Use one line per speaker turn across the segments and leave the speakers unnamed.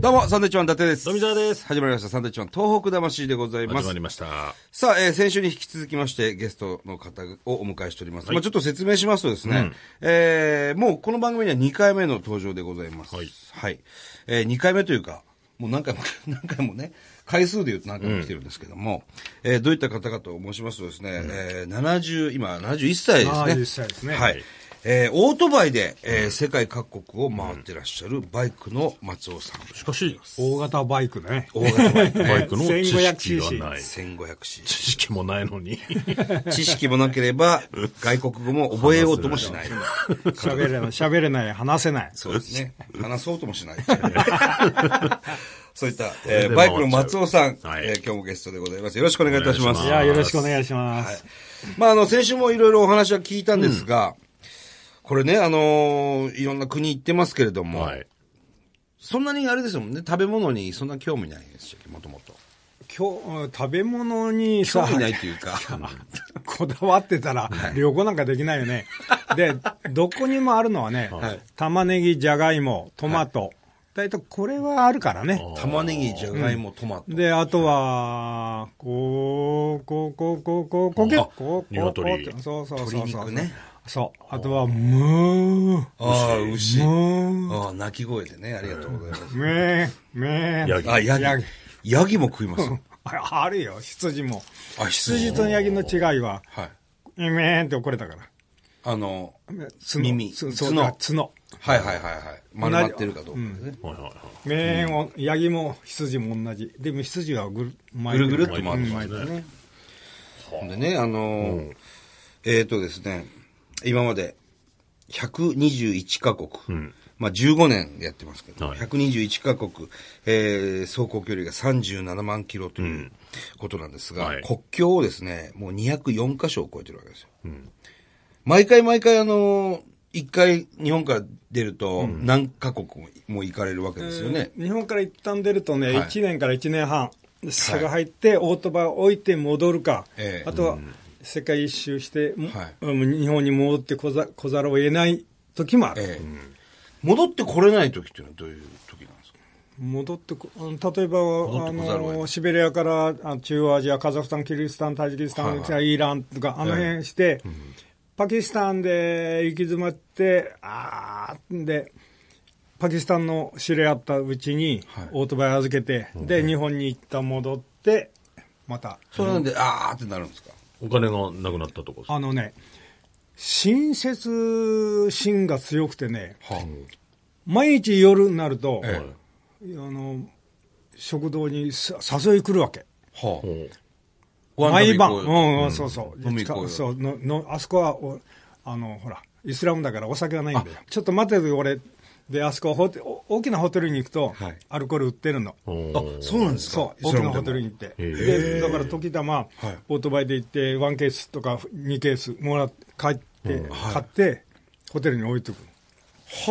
どうも、サンドイッチマン伊達です。
富澤です
始まりました、サンドイッチマン東北魂でございます。
始まりました。
さあ、えー先週に引き続きまして、ゲストの方をお迎えしております。
はい
まあちょっと説明しますとですね、えーもうこの番組には2回目の登場でございます。
はい
え2回目というか、もう何回も、 何回もね、回数で言うと何回も来てるんですけども、えーどういった方かと申しますとですね、えー70、今71歳ですね。
71歳ですね
はい。えーオートバイで、えー世界各国を回ってらっしゃるバイクの松尾さん。
しかし、
大型バイクね。
大型バイクね、
バイクの知識がない。
1500cc。
知識もないのに。
知識もなければ、外国語も覚えようともしない。
喋れない、喋れない、話せない。
そうですね。話そうともしない。そういった、え
れ
ー
で
バ
回っちゃう
イクの松尾さん、
はい
えー今日もゲストでございます。よろしくお願いいたします。
お
い
願
や、
し
よろしくお願いしま
はい
す。
まあ、あの、先週もいろいろお話は聞いたんですが、これね、あのーいろんな国行ってますけれども、
はい。
そんなにあれですもんね、食べ物にそんな興味ないですよ、もともと。
今日、食べ物に
興
さ、
味ないというか、
こだわってたら、旅行なんかできないよね。で、どこにもあるのはね
はい、
玉ねぎ、じゃがいも、トマト。大体これはあるからね。
玉ねぎ、じゃがいも、トマト。
で、あとは、こう、こう、こう、こう、こう、こう、
あ
こう、こう、こう、こ
鶏
う、そうそうそう。
鶏肉ね。
そう。あとは、むー、
ああ、牛。
うん
ああ、鳴き声でね、ありがとうございます。
めー、めー。
ヤギ
あ、ヤ
ヤ
ギ
ギ。
ヤギも食います。
ああるよ、羊も。
あ、羊
羊。とヤギの違いは、
はい。
えめーんって怒れたから。
あの、
角
耳
つ
角
角。角。
はいはいはいはい。丸まってるかどうかですね。
はいはいはい。
めーんを、ヤギも羊も同じ。でも羊はぐる、ぐ
ぐるぐるっと回ってます
巻いてるね。
ほんでね、あのー、えっとですね、今まで121カ国。まあ15年やってますけど、
はい
121カ国、えー、走行距離が37万キロということなんですが、
はい
国境をですね、もう204カ所を超えてるわけですよ。毎回毎回あのー一回日本から出ると何カ国も行かれるわけですよね。
日本から一旦出るとね、
はい
1年から1年半、差が入って、オートバイ置いて戻るか
え、え
あとは世界一周して、も
はい
うん日本に戻ってこざこざるを得ない時もある。
ええ戻ってこれない時っていうのはどういう時なんですか
戻ってこうん例えば
っ
あ
てこざるを得ない
のシベリアからあ中央アジアカザフスタンキルギスタンタジキスタン、
はいは
イランとかあの辺して、パキスタンで行き詰まってあーでパキスタンの知り合ったうちに
はい
オートバイ預けて、で日本に一旦戻ってまた
それなんで、あーってなるんですか
お金がなくなったとこです。
あのね親切心が強くてね
は
毎日夜になると、
え
あの食堂にさ誘い来るわけ。
あ、は
おう
あ、
毎晩、
ご飯食べ
う
に行こ
ん、うん、そうそう、
飲み行こうよ
そうののあそこはおあの、ほら、イスラムだからお酒はないんだよ、ちょっと待ってて、俺、で、あそこホテお、大きなホテルに行くと、
はい
アルコール売ってるの、
お
あ、
う
そうなんですか
そう、大きなホテルに
に。
行って、
へ
でだから時たま、オートバイで行って、1ケースとか2ケースもらって、帰って、買って、ホテルに置いてくの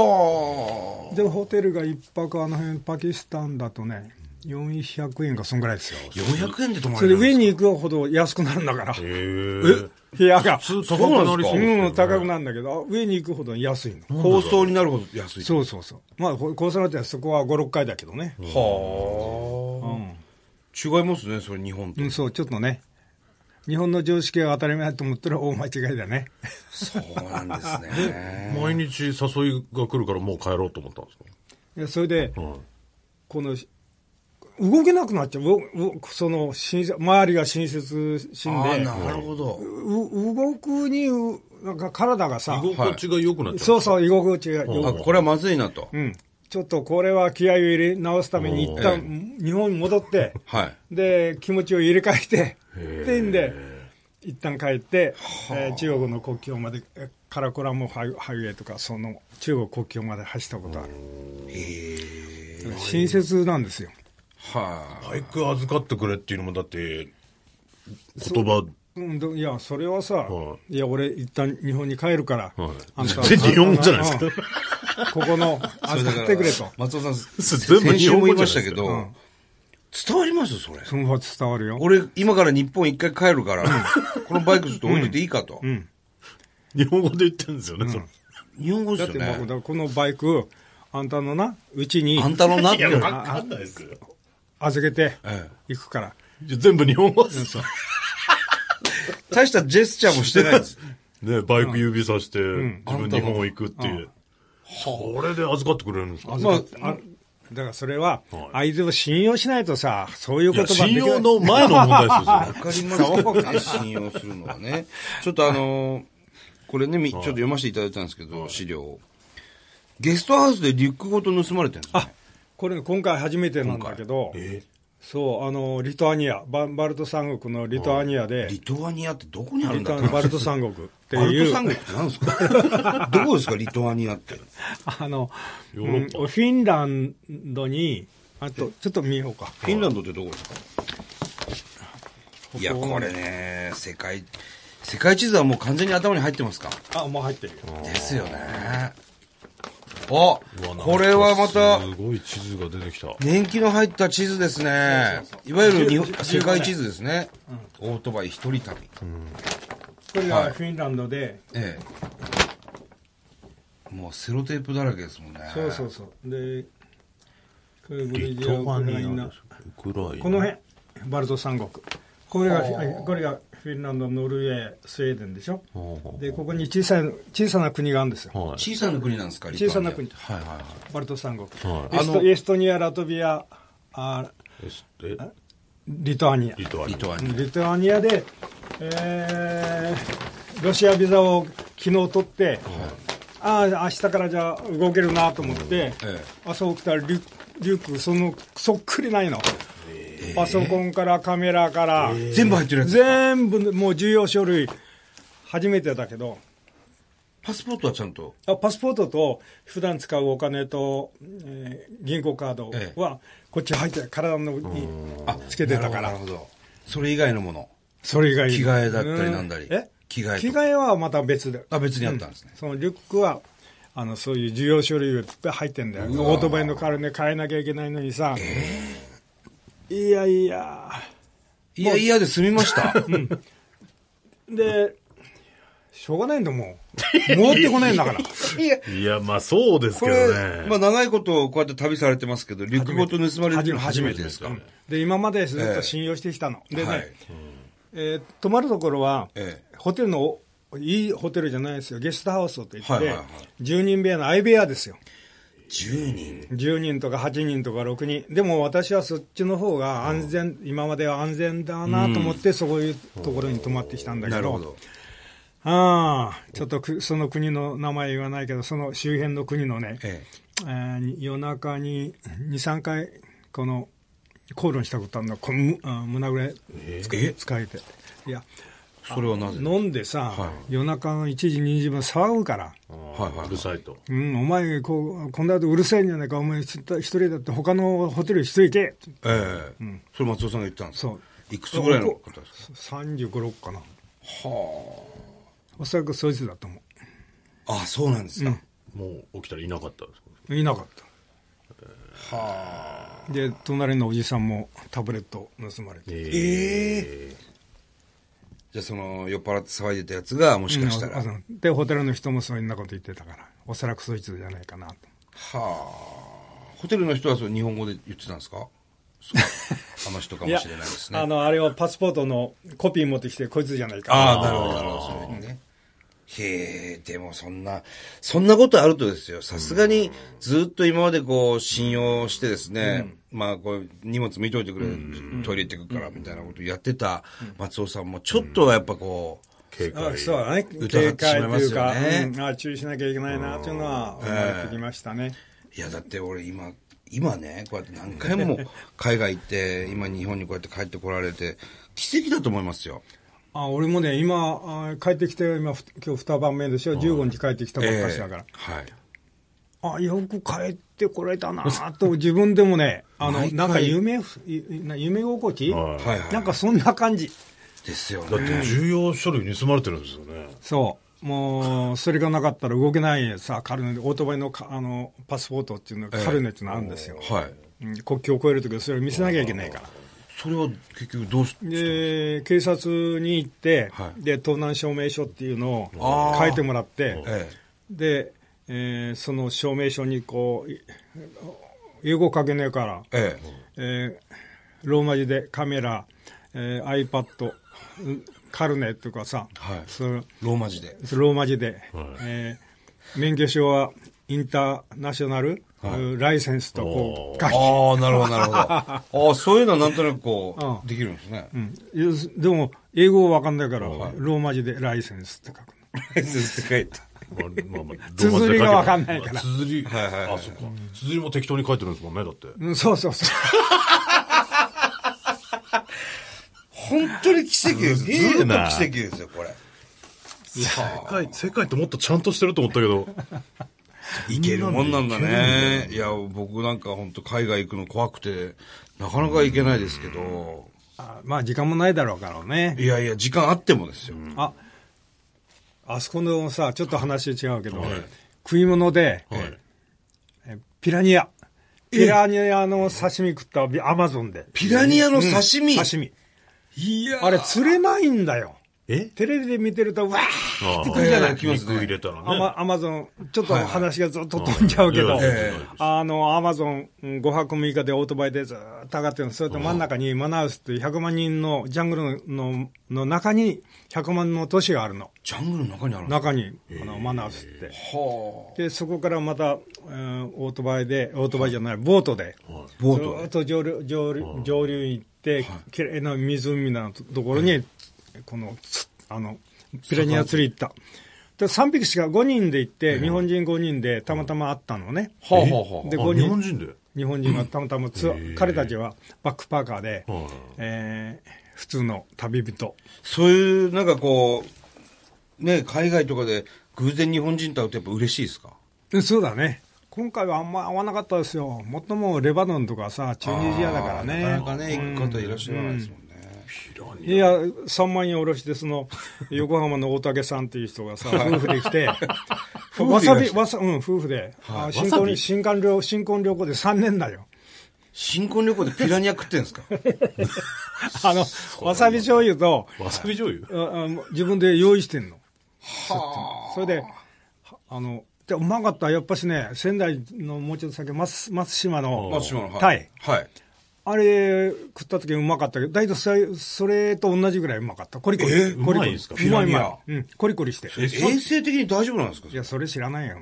は
で、ホテルが一泊、あの辺パキスタンだとね、400円か、そんぐらいですよ。
あ、400円で泊ま
そ
れ
れで
るん
上
す
に行くほど安くなるんだから、
へえ。
部屋が。
普通高くなりそうですよね
うん、高くなるんだけど、上に行くほど安いの。
か放送になるほど安い。
そうそうそう。まあ、ここうされてはそこは5、6回だけどね。
はあ、違いますね、それ日本と。
うん、そう、ちょっとね。日本の常識が当たり前だと思ったら大間違いだね。
そうなんです ね。
毎日誘いが来るからもう帰ろうと思ったんですか
いやそれで、
ん
この、動けなくなっちゃう。ううその、親切周りが親切
あ
心
ー
で、
なるほど。
う動くにう、なんか体がさ、
居心地が良くなっちゃ
そうそう、居心地が
ん
あ、
よ
これはまずいなと
く、う。ん。ちょっとこれは気合を入れ直すために一
う
旦日本に戻って、
はい。
で、気持ちを入れ替えて、っていうんで、一旦帰って、えー中国の国境まで、えカラコラムハイハイウェイとか、その中国国境まで走ったことある。親切なんですよ。
は
バイク預かってくれっていうのもだって、言葉、
うんどいや、それはさ、、
はい
や、俺、一旦日本に帰るから、
はい
あんた
全然日本語じゃないですか
うんこ この、
あ。それだ
預
か
からってくれと。
松尾さん、
全部
先
日
週
本
も
語
言いま
じゃな
し
い
た
で
け
すか
ど、伝わりますよ、それ。
その方伝わるよ。
俺、今から日本一回帰るから、このバイクずっと置いといていいかと。
日本語で言ってるんですよね、それ。
日本語で
だっ
すよ
て、
ね。
僕このバイク、あんたのな、うちに
あんたのなっていうの
わかんないですよ。
預けて
え
いくから。
じゃ全部日本語です。
大したジェスチャーもしてないです。
ね、バイク指さして、自分日本行くっていう。それで預かってくれるんですか
まあ、
あだからそれは
は、
相手を信用しないとさ、そういう
い
言
や、
葉で
信
きない
用の前の問題ですよ
わ
ね。
かりましたね、信用するのはね。ちょっとあのーこれね、みちょっと読ませていただいたんですけど、資料を。ゲストハウスでリュックごと盗まれてるんですよね。
これ今回初めてなんだけど、
え
そう、あの、リトアニア、ババルト三国のリトアニアで、
リトアニアってどこにあるん
リ
だ
トア
っ
ニ
て
アバルト三国って
バルト
いう
三、国って何ですかどこですか、リトアニアって。
あの、う
ヨーロ
ん
ッパ
フィンランドに、あと、ちょっと見ようか。
フィンランドってどこですかいや、
ここ
これね、世界、世界地図はもう完全に頭に入ってますか
あ、もう入ってるよ。
ですよね。あ
うわなんか
これはまた、
すごい地図が出てきた。
年季の入った地図ですね。いわゆる日本世界地図ですね。オートバイ一人旅。
これ
はい
がフィンランドで、
ええ。もうセロテープだらけですもんね。
そうそうそう。で、これブリ
リ
ジア、ウ
トア
ク
ニ
ライ
ア
ナ
で。す。ウクライナ。
この辺、バルト三国。これが、これがフィンランド、ノルウェー、スウェーデンでしょ。
辺
で、ここに小さい、小さな国があるんですよ。
はい。
小さな国なんですか、リトアニア
小さな国
はいはいはい。
バルト三国。
は
エス
あの
トエストニア、ラトビア、あ
えすえ
リトアニア。
リトアニ
リトアニ
リトアニアで、えーロシアビザを昨日取って、ああ、明日からじゃあ動けるなと思って、
え
朝起きたらリュリュック、そのそっくりないの、パソコンからカメラから、
え全部入ってるやつですか。
全部、もう重要書類、初めてだけど、
パスポートはちゃんと。
あパスポートと普段使うお金と、えー銀行カード
ええ
は、こっち入って、体のに
あ、
つけてたか
な
ら
るほど。なるほどそれ以外のもの。
それ以外に
着替えだったりなんだり
うんえ
着替えとか
着替えはまた別で。
あ、別にあったんですね。
そのリュックは、あの、そういう重要書類がいっぱい入ってんだよ。
うわ
オートバイの代わりで変えなきゃいけないのにさ。いやいや。
いやいやで済みま した。
で、しょうがないん だもん。戻ってこないんだから。
いや
ア。いや、まあそうです
こ
けど
れ、
ね。
まあ長いことこうやって旅されてますけど、リュックごと盗まれるっていうのは初めてですか
うんで、今までずっ
ええ
と信用してきたの。でね、
はい。
えー泊まるところは、
ええ
ホテルのお、いいホテルじゃないですよ。ゲストハウスをと言って、
はいはいはい
10人部屋の相部屋ですよ。
10人。
10人とか8人とか6人、でも私はそっちの方が安全、今までは安全だなと思って、そういうところに泊まってきたんだ
な
け
る
ど、
ほど。
ああちょっとくその国の名前言わないけど、その周辺の国のね、
え
えー夜中に2、3回、この口論したことあるの、こむあ胸ぐらい
え。え
使えて、いや、
それはなぜ
飲んでさ、
は
夜中の1時、2時分騒ぐから。
はいはいはいう
るさいと。
うん、お前こう、こんなことうるせえんじゃないか、お前一人だって、他のホテル一人行け
ええそれ松尾さんが言ったんですか
そう
いくつぐらいの方です
35、6かな。
かは
おそらくそいつだと思
あ。あ、そうなんですか。
もう起きたらいなかったんですか
う。いなかった。はあ。で、隣のおじさんもタブレット盗まれて。
えじゃあその、酔っ払って騒いでたやつが、もしかしたら。
うんあそうで、ホテルの人もそんなこと言ってたから、おそらくそいつじゃないかなと。
はあ。ホテルの人はそれ日本語で言ってたんですかそうあの人かもしれない ですね。
あの、あれをパスポートのコピー持ってきて、こいつじゃないか
ああ、なるほど、なるほど、そういうふうにね。へえ、でもそんな、そんなことあるとですよ、さすがにずっと今までこう信用してですね、まあこう荷物見といてくれ、トイレ行ってくからみたいなことやってた松尾さんもちょっとはやっぱこう、
警
あ
戒。
そうだね、
疑
警
ってしまい
戒と
ま
い
す
う
よ
か、
ね
うんあ注意しなきゃいけないなというのは思ってきましたね。
いやだって俺今、今ね、こうやって何回 も海外行って、今日本にこうやって帰ってこられて、奇跡だと思いますよ。
あ俺もね、今、あ帰ってきて、今、ふ今日2晩目でしょ、15日帰ってきたばっかしだから
え、えはい。
あよく帰ってこれたなと、自分でもね、あの
毎回
なんか夢ふいな夢心地、
はい
はいはい。
なんかそんな感じ、
ですよ
だっ
ね。
て重要書類盗まれてるんですよね。
そう、もうそれがなかったら動けないさ、カルネオートバイのかあのパスポートっていうの、
ええ
カルネっていうのあるんですよ、
はい。
うん国境を越えるときはそれを見せなきゃいけないから。
それは結局どうし、
で警察に行って、
はい
で盗難証明書っていうの
あ
を
ー
書いてもらって、
ええ
で、えーその証明書にこうい英語書けねえから、
え
えーローマ字でカメラ、えー iPad うんカルネとかさ、
はい
その
え。ローマ字で。
ローマ字で、えー免許証はインターナショナル、うんライセンスとこう書き
ああ、なるほど、なるほど。 ああ、そういうのはなんとなくこ
う
う、できるんですね。
うんでも英語わかんないから、ローマ字でライセンスって書く
ライセンスって書いて。
まあまあまあ
綴りがわかんないから
綴り、
いはいはい
あ、そっか。綴りも適当に書いてるんですもんね、だって。
うん。そうそうそう。
本当に奇跡です。ず
すげ
ー
え
っと
な
奇跡ですよ、これ。
世界、世界ってもっとちゃんとしてると思ったけど。
いけるもんなんだね。いや、僕なんか本当海外行くの怖くて、なかなか行けないですけど、
あまあ時間もないだろうからね。
いやいや、時間あってもですよ。
あ、あそこのさ、ちょっと話違うけど、食い物で、
はい。
えピラニア。ピラニアの刺身食ったわアマゾンで。
ピラニアの刺身、
刺身。
いや
あれ釣れないんだよ。
え
テレビで見てると、わー
あ
くるじゃない
あ肉入れたら
ア
ね。
マアマゾン、ちょっと話がずっと飛んじゃうけど
はいはいはい、
あの、アマゾン5泊6日でオートバイでずーっと上がってるの、それと真ん中にマナウスっていう100万人のジャングルののの中に100万の都市があるの。
ジャングルの中にあるの
中に、あの、マナウスって。
は
で、そこからまた、うんオートバイで、オートバイじゃない、ボートで、
あ。ボ
ず
ート
ーっ
で。
と上流、上流、上流に行って、綺麗な湖のところに、この、つあの、ピラニア釣り行った。で、3匹しか5人で行って、日本人5人でたまたま会ったのね。
はあはあは
で、
あ
5
日本
人、
人で。
日本人がたまたまツアー、彼たちはバックパーカーで、
はい
えー普通の旅人。
あ。そういう、なんかこう、ね、海外とかで偶然日本人と会うとやっぱ嬉しいですか
でそうだね。今回はあんま合わなかったですよ。もっともレバノンとかさ、チュニジアだからね。
なかなかね、行く方いらっしゃらないですもんね。
いや、3万円おろして、その、 横浜の大竹さんっていう人がさ、夫婦で来て、わさび、わさ、うん、夫婦で、あ新
わさ
婚、
び
新婚旅、新婚旅行で3年 だよ。
新婚旅行でピラニア食ってんですか
あの、わさび醤油と、
わさび醤油
ああ自分で用意してんの。それで、あの、で、うまかった。やっぱしね、仙台のもうちょっと先、松、松島の、
松島の。
タ
はい
イ。。
はい。
あれ、食った時うまかったけど、大体それ、それと同じぐらいうまかった。コリコリ。
え
コリコリ
うまいですか
うまいう
ピラ
ま
ニ
い。うん、コリコリして。
衛生的に大丈夫なんですか
いや、それ知らない よ。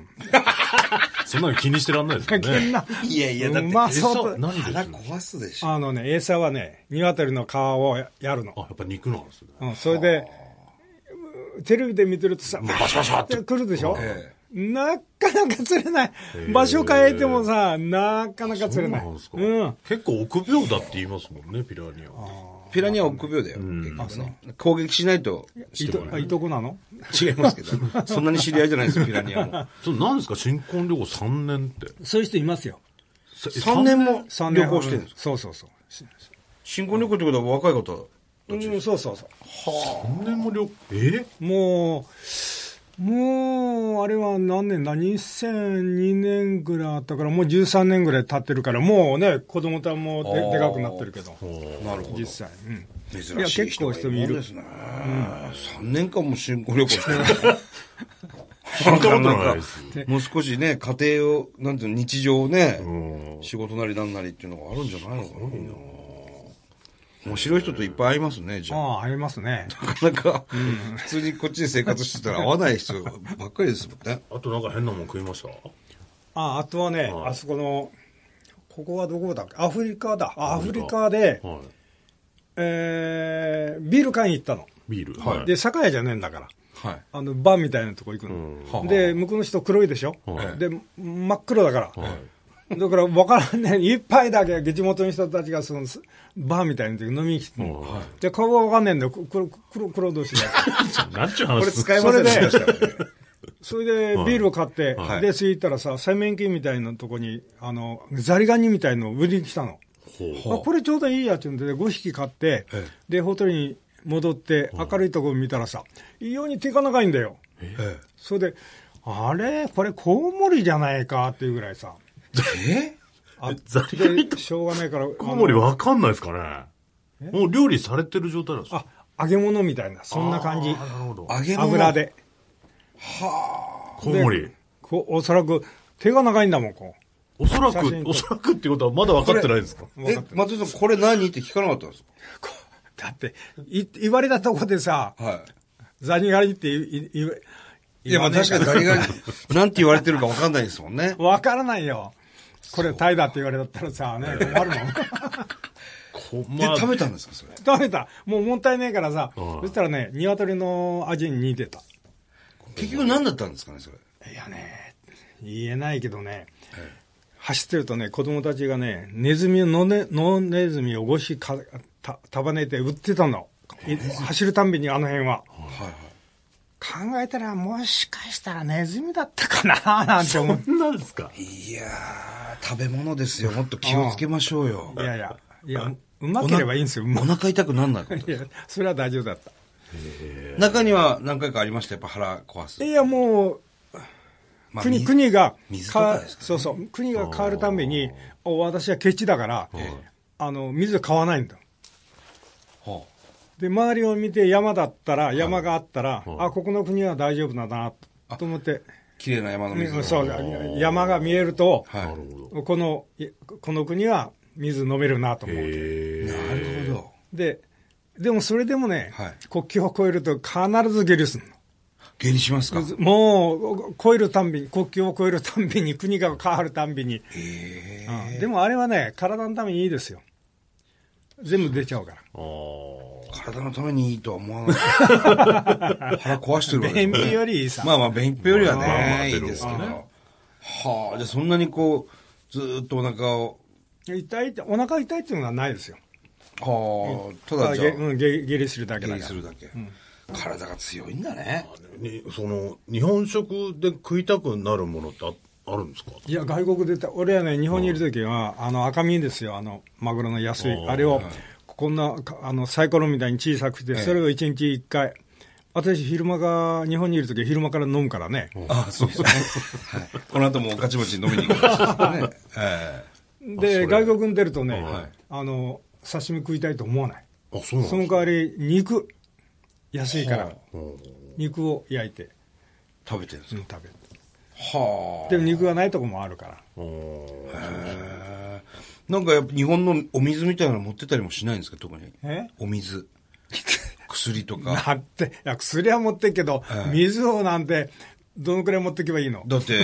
そんなの気にしてらんないですよね。
ない
やい
やだってうまそう
餌何でするの
壊すでしょ。
あのね、餌はね、鶏の皮をややるの
あ、。やっぱ肉なんですね。
うん、それで、テレビで見てるとさ、バシャバシャって来るでしょ、
え
なかなか釣れない。場所変えてもさ、なかなか釣れない。
そうなんですか
うん。
結構臆病だって言いますもんね、ピラニアは。
ピラニアは臆病だよ、結局ね。攻撃しないと
いとあいとこなの
違いますけど。そんなに知り合いじゃないですよ、ピラニア も。
それなんですか新婚旅行3年って。
そういう人いますよ。
3年も
三
旅行してるんですか
そうそうそう。
新婚旅行ってことは若い方。
うん、そうそうそう。
3年も旅行、え
もう、もう、あれは何年だ、2002年ぐらいあったから、もう13年ぐらい経ってるから、もうね、子供たちも
あー
ででかくなってるけど、
なるほ
実際。うん
珍しい
いや結構人見る
もんですね。3年間も新婚旅行してる。
聞いたことないです。
もう少しね、家庭を、なんていうの、日常をね
う、
仕事なりなんなりっていうのがあるんじゃないのかな。面白い人といっぱい会いますね、じゃあ。
ああ、ありますね。
なかなか、普通にこっちで生活してたら会わない人ばっかりですもんね。
あとなんか変なもん食いました
ああ、あとはね、
はい
あそこの、ここはどこだっけアフリカだ。あアフリカで、
はい。
えー、ビール買いに行ったの。
ビール。はい。
で、酒屋じゃねえんだから。
はい。
あの、バーみたいなとこ行く
うん
はあ
の。で、向こうの人黒いでしょ
はい
で、真っ黒だから。
はい。
だから分からんねん、 一杯だけ、地元の人たちがそのバーみたいなとこ飲みに来てんの
は
で、顔が分かんねえんだよ、く黒黒黒同士 で。
なんちゅう
こ
話
れ
す
使えませんで
それで
したね。
それでビールを買って、
はい
で、着いたらさ、洗面器みたいなとこに、あの、ザリガニみたいのを売りに来たの。
ほう
はあ
あこれちょうどいいやって言うんで、5匹買って
え、
で、ホテルに戻って、明るいとこ見たらさ、異様に手が長いんだよ。
え
それで、あれこれコウモリじゃないかっていうぐらいさ。
え
あ
ザリガニ
でしょうがないから。
コウモリ
あの
わかんないですかねもう料理されてる状態なんですか
あ、揚げ物みたいな、そんな感じ
あ。ーなるほど。
揚げ物
油。で。
コウモリ
で。こうおそらく手が長いんだもん、こう。
おそら
写真
く、
と
おそらくってことはまだ分かってないんですか
分か
え
って、る
松井さん、これ何って聞かなかったんです
こうだって、い言われたとこでさ、
かはい。
ザニガニって言い言う
いや、まあ確かにザリガニ、なんて言われてるかわかんないですもん ね。
わからないよ。これタイだって言われたらさ、ね、困る もん。
こ
で、
まあ
食べたんですか、それ。
食べた。もうもったいねえからさ、
うん
そしたらね、鶏の味に似てた。
結局何だったんですかね、それ。
いやね、言えないけどね、走ってるとね、子供たちがね、ネズミを、野ね野ネズミをごしかた束ねて売ってたの。い走るたんびにあの辺は。
はいはい。
考えたら、もしかしたらネズミだったかな なんて思う。
そんなんですか
いやー、食べ物ですよ。もっと気をつけましょうよ。
いやいや、いや、うまければいいんですよ。う
お
ま
腹痛くなんないこと
いや、それは大丈夫だった。
中には何回かありました、やっぱ腹壊す。
いや、もう、
まあ
国
み
国が
水と
変わ
かですかね
そうそう、国が変わるために、お私はケチだから、あの水買わないんだ。
は
で、周りを見て山だったら、山があったら、あ、ここの国は大丈夫だなと思って、
あ綺麗な山の水
うん
が。
そう山が見えると、
はい。な
なるほど。
このいこの国は水飲めるなと思う。
へ
るほど。
で、でもそれでもね、
はい
国境を越えると必ず下痢するの。
下痢しますか
もう、越えるたんびに、国境を越えるたんびに、国が変わるたんびに、
ええ
うんでもあれはね、体のためにいいですよ。全部出ちゃうから。
あー
体のためにいいとは思わ ない。腹壊してるわけ
便
です
秘よりいいさ。
まあまあ、便秘よりは
まあまあまあ
ね、いいですけど。はあ、じゃあそんなにこう、ずーっとお腹を、
痛いって、お腹痛いっていうのはないですよ。
はあ、ただじゃ
あげ
あ、
うんげ下痢するだけ
下
だ
痢
か
す
ら。
るだけ。体が強いんだね。
にその、日本食で食いたくなるものってああるんですか
いや、外国でた、俺はね、日本にいるときは、あの、赤身ですよ、あの、マグロの安
あ
い。
ー
あれを、こんな、かあの、サイコロみたいに小さくして、
ええ
それを1日1回。私、昼間が、日本にいるときは昼間から飲むからね。
ああ、そうそう。はいこの後もおかちもち飲みに行きますから ね。え
で、外国に出るとね
はい、
あの、刺身食いたいと思わない。
あ、そうなん
その
ですか
代わり、肉。安いか
は
ら
あ、
肉を焼いて、
え食べてるんです
う
よ
ん食べる。
はあ。
でも肉がないとこもあるから。
へえなんかやっぱ日本のお水みたいなの持ってたりもしないんですか、特に。
え
お 水。薬とか。
だって、いや、薬は持ってっけど、水をなんて、どのくらい持っていけばいいの
だって、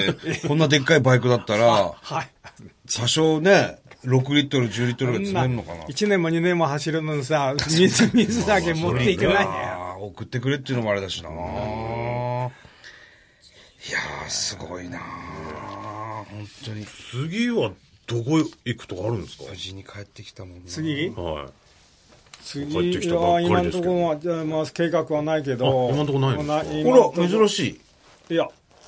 こんなでっかいバイクだったら、
はい。
多少ね、6リットル、10リットルが詰めるのかな。
1年も2年も走るのにさ、水、水だけ持っていけないんだよ。
あー送ってくれっていうのもあれだしな。いやー、すごいな本当に。
次はどこ行くとかあるんですか
無事に帰ってきたもんな。
次
はい。
次
帰ってきたば
は
っか
今
りで
の
すけ
とこ
ど
ろは、じゃあまあ、計画はないけど。
あ今のとこないんですか
ほら、珍
い
しい。
今のとこ。いや、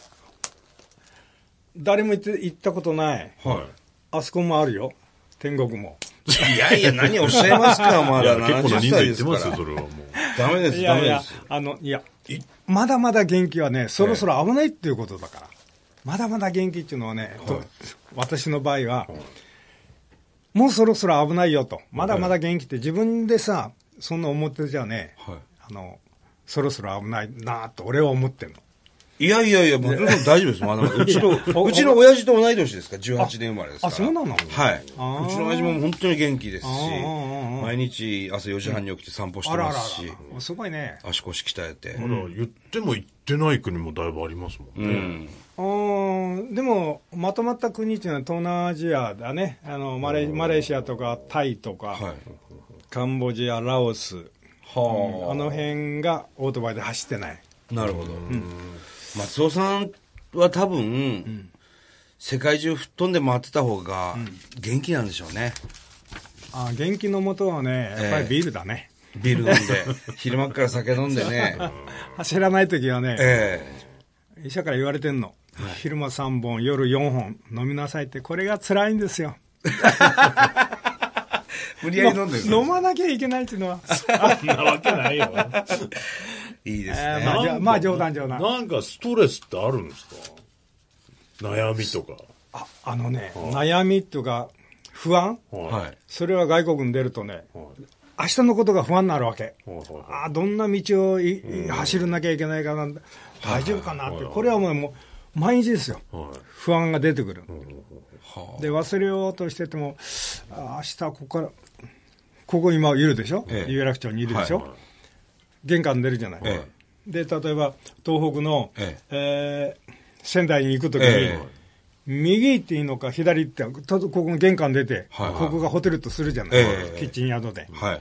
誰も行って行ったことない。
は
あそこもあるよ。天国も。
いやいや、何をおっしゃいますか、ま
い。いや
だ、
結構な
70
人数
歳で
いって
すか
ますよ、
ら
そ。れはもう。
ダメです、
い
ダ
や
メ
い
で
や
す。、
あの、いや、まだまだ元気はね、そろそろ危ないっていうことだから。まだまだ元気っていうのはね、と私の場合は、もうそろそろ危ないよと。まだまだ元気って自分でさ、そんな思ってじゃね、
はい
あの、そろそろ危ないなと俺は思ってんの。
いやいやいや、松本さん大丈夫です。まだまだうちの、
お
うちの親父と同い年ですから、18年生まれですから。
あそうなの
はい。
あー
うちの親父も本当に元気ですし
あーあーあー、
毎日朝4時半に起きて散歩し
あ
て
らあ
ま
ら
すし、
あら、すごいね。
足腰鍛えて。
まだ言っても行ってない国もだいぶありますもん
う
ね。
ん。
うーんでも、まとまった国っていうのは東南アジアだね。あの、マレマレーシアとか、タイとか、
はい。
カンボジア、ラオス、
はあ。
あの辺がオートバイで走ってない。
なるほど。松尾さんは多分、世界中吹っ飛んで回ってた方が元気なんでしょうね。
あ元気のもとはね、やっぱりビールだね。
ビール飲んで、昼間っから酒飲んで ね。
走らないときはね、
ええ。
医者から言われてんの。昼間3本、夜4本飲みなさいって、これが辛いんですよ。
無理やり飲んでる。
飲まなきゃいけないっていうのは。
そんなわけ ないよ。
いいです
えー
ね。
まあじゃあまあ冗談冗談
なんかストレスってあるんですか悩みとか。
ああのね、悩みとか不安
は。
はい
それは外国に出るとね、
い。はい。
明日のことが不安になるわけ。
はいはいはい。
あーどんな道をいい走らなきゃいけないかな、大丈夫かなって、これはもうも毎日ですよ、
はい
不安が出てくる、
は
で忘れようとしてても、あ明日ここから、ここ今いるでしょ、
ええ
有楽町にいるでしょ、
はい
玄関出るじゃない、
え
で例えば東北の、
え
えー仙台に行くときに、
ええ
右行っていいのか、左行って、たここの玄関出て、
はいはい
ここがホテルとするじゃない、
ええ
キッチン宿で、
はい。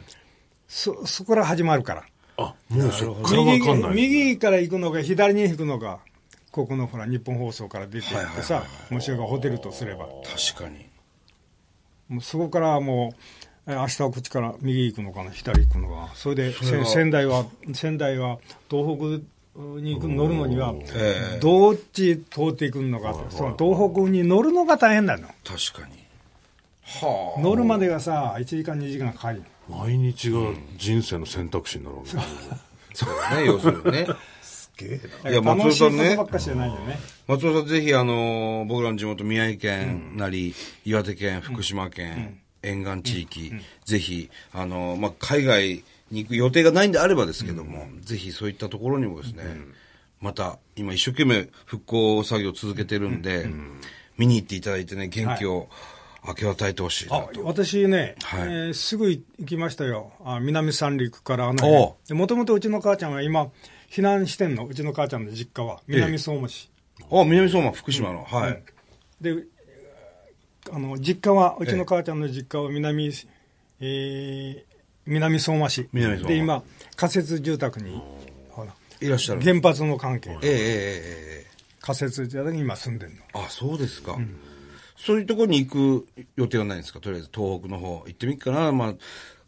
そそこから始まるから。
あ、もうそっからわ
右
かんない。
右から行くのか左に行くのかここのほら日本放送から出て行って
はい
さ
はいはい
もしがホテルとすれば
確かに。
もうそこからもうえ明日はこっちから右行くのかな左行くのかなそれで
それは
せ仙台は仙台は東北に行く乗るのには
ええ
どっち通っていくのかってその東北に乗るのが大変なの
確かに。はあ。
乗るまでがさ1時間2時間かかる
毎日が人生の選択肢になるわけですね
そうね、要するにね。
すげえ
だ
い
か
や
ら楽しい
松尾さん
こと
ね
ばっかしじゃないよね
松尾さん、ぜひ、あの、僕らの地元、宮城県なり、岩手県、福島県、沿岸地域、ぜひ、あの、まあ、海外に行く予定がないんであればですけども、ぜひそういったところにもですね、また、今一生懸命復興作業を続けてるんで、見に行っていただいてね、元気を明け渡えてほしいな
あ
と。
私ね、
はい
えーすぐ行きましたよ、あ南三陸からあ
おう
のもともとうちの母ちゃんは今、避難してんの、うちの母ちゃんの実家は、南相馬市、
あ、南相馬、福島の。はい。
であの実家は、うちの母ちゃんの実家は南,、えー南相馬市
南相馬
で、今、仮設住宅に、ほら
いらっしゃる。
原発の関係
え
で、
えええええ
仮設住宅に今住んでるの。
あ、そうですか。そういうところに行く予定はないんですかとりあえず東北の方行ってみっかな。まあ、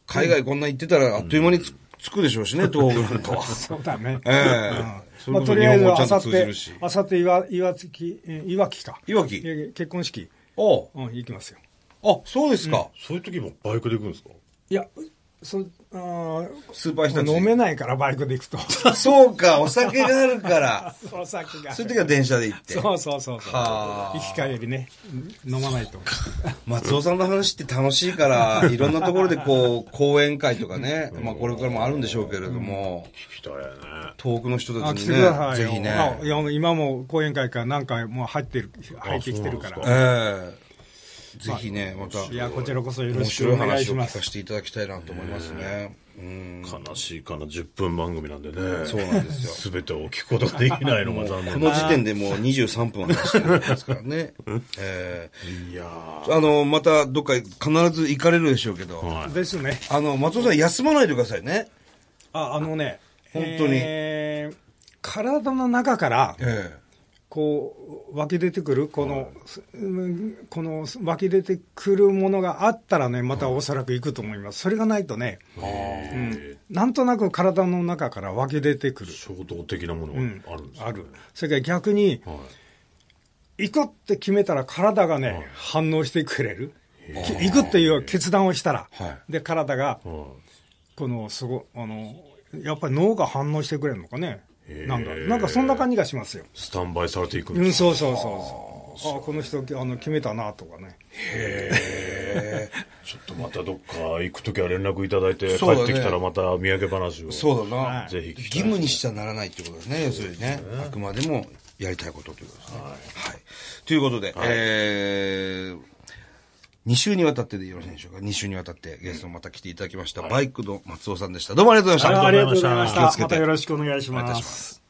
海外こんな行ってたらあっという間につ,、くでしょうしね、東北なんかは。
そうだね。
ええ
うんま
そ
あ、とり
れ
あえ
こそ
ず、
日本語
あ
ちゃ
さ
ん
っ
と通じ
て
るし、
あさって岩、岩月、えー岩木か。
いわき。
え結婚式。
おう
うん、行きますよ。
あ、そうですか。
そういう時もバイクで行くんですか
いや、そあ
スーパーひた
ー
ち。
飲めないから、バイクで行く と。
そうか、お酒があるから。
お酒が。
そういう時は電車で行って。
そうそうそうそう。
はあ
行き帰りね、飲まないと。
松尾さんの話って楽しいから、いろんなところでこ う、講演会とかね、まあこれからもあるんでしょうけれども、
聞きたいね。
遠くの人た
あ、
ち
来
に
て
ね
くださ、い
ぜ
よ。
ひ
あ
ね。
い
え
や今も講演会から何回も入ってる、入ってきてるか
そう
ら。
えぜひね、また。
いや、こちらこそよろ
面
し
白
く
い
お願い
話
し
を
ま
聞
す
か。せていただきたいなと思いますね。うん、
悲しいかな、10分番組なんでね。
そうなんですよ。
すべてを聞くことができないのが残
こ
念
の時点でもう23分話してるんですから ね。え
いやー
ーあの、またどっか必ず行かれるでしょうけど、
はい
ですね。
あの、松尾さん休まないでくださいね。
あ、あのね、
本当に
えー体の中から、
え
こう湧き出てくるこの、うんこの湧き出てくるものがあったらね、またおそらく行くと思います。それがないとね、うんなんとなく体の中から湧き出てくる。
衝動的なものが
うん
あるんです
ある。それから逆に、
はい
行くって決めたら体がね、反応してくれる。き行くっていう決断をしたら、
は
で、体が、
は
この、すご、あの、やっぱり脳が反応してくれるのかね。
へー
なんだ、なんかそんな感じがしますよ。
いスタンバイされていくん
う
で
ん、
すか
そうそうそうそう。あこの人あの決めたなとかね。
ちょっとまたどっか行く時は連絡いただいて、帰
そうだね
ってきたらまた土産話を。
えそうだな、
はい
ぜひ聞きたい
義務にしちゃならないってことですね、要するにね。あくまでもやりたいことということですね。はい。ということで、えー、2週にわたってでよろしいでしょうか。2週にわたってゲストまた来ていただきました、バイクの松尾さんでした。どうもありがとうございました。
ありがとうございました
ありがとう
気を
ございま
つけて
またよろしくお願いし
お願いい
ま。
たします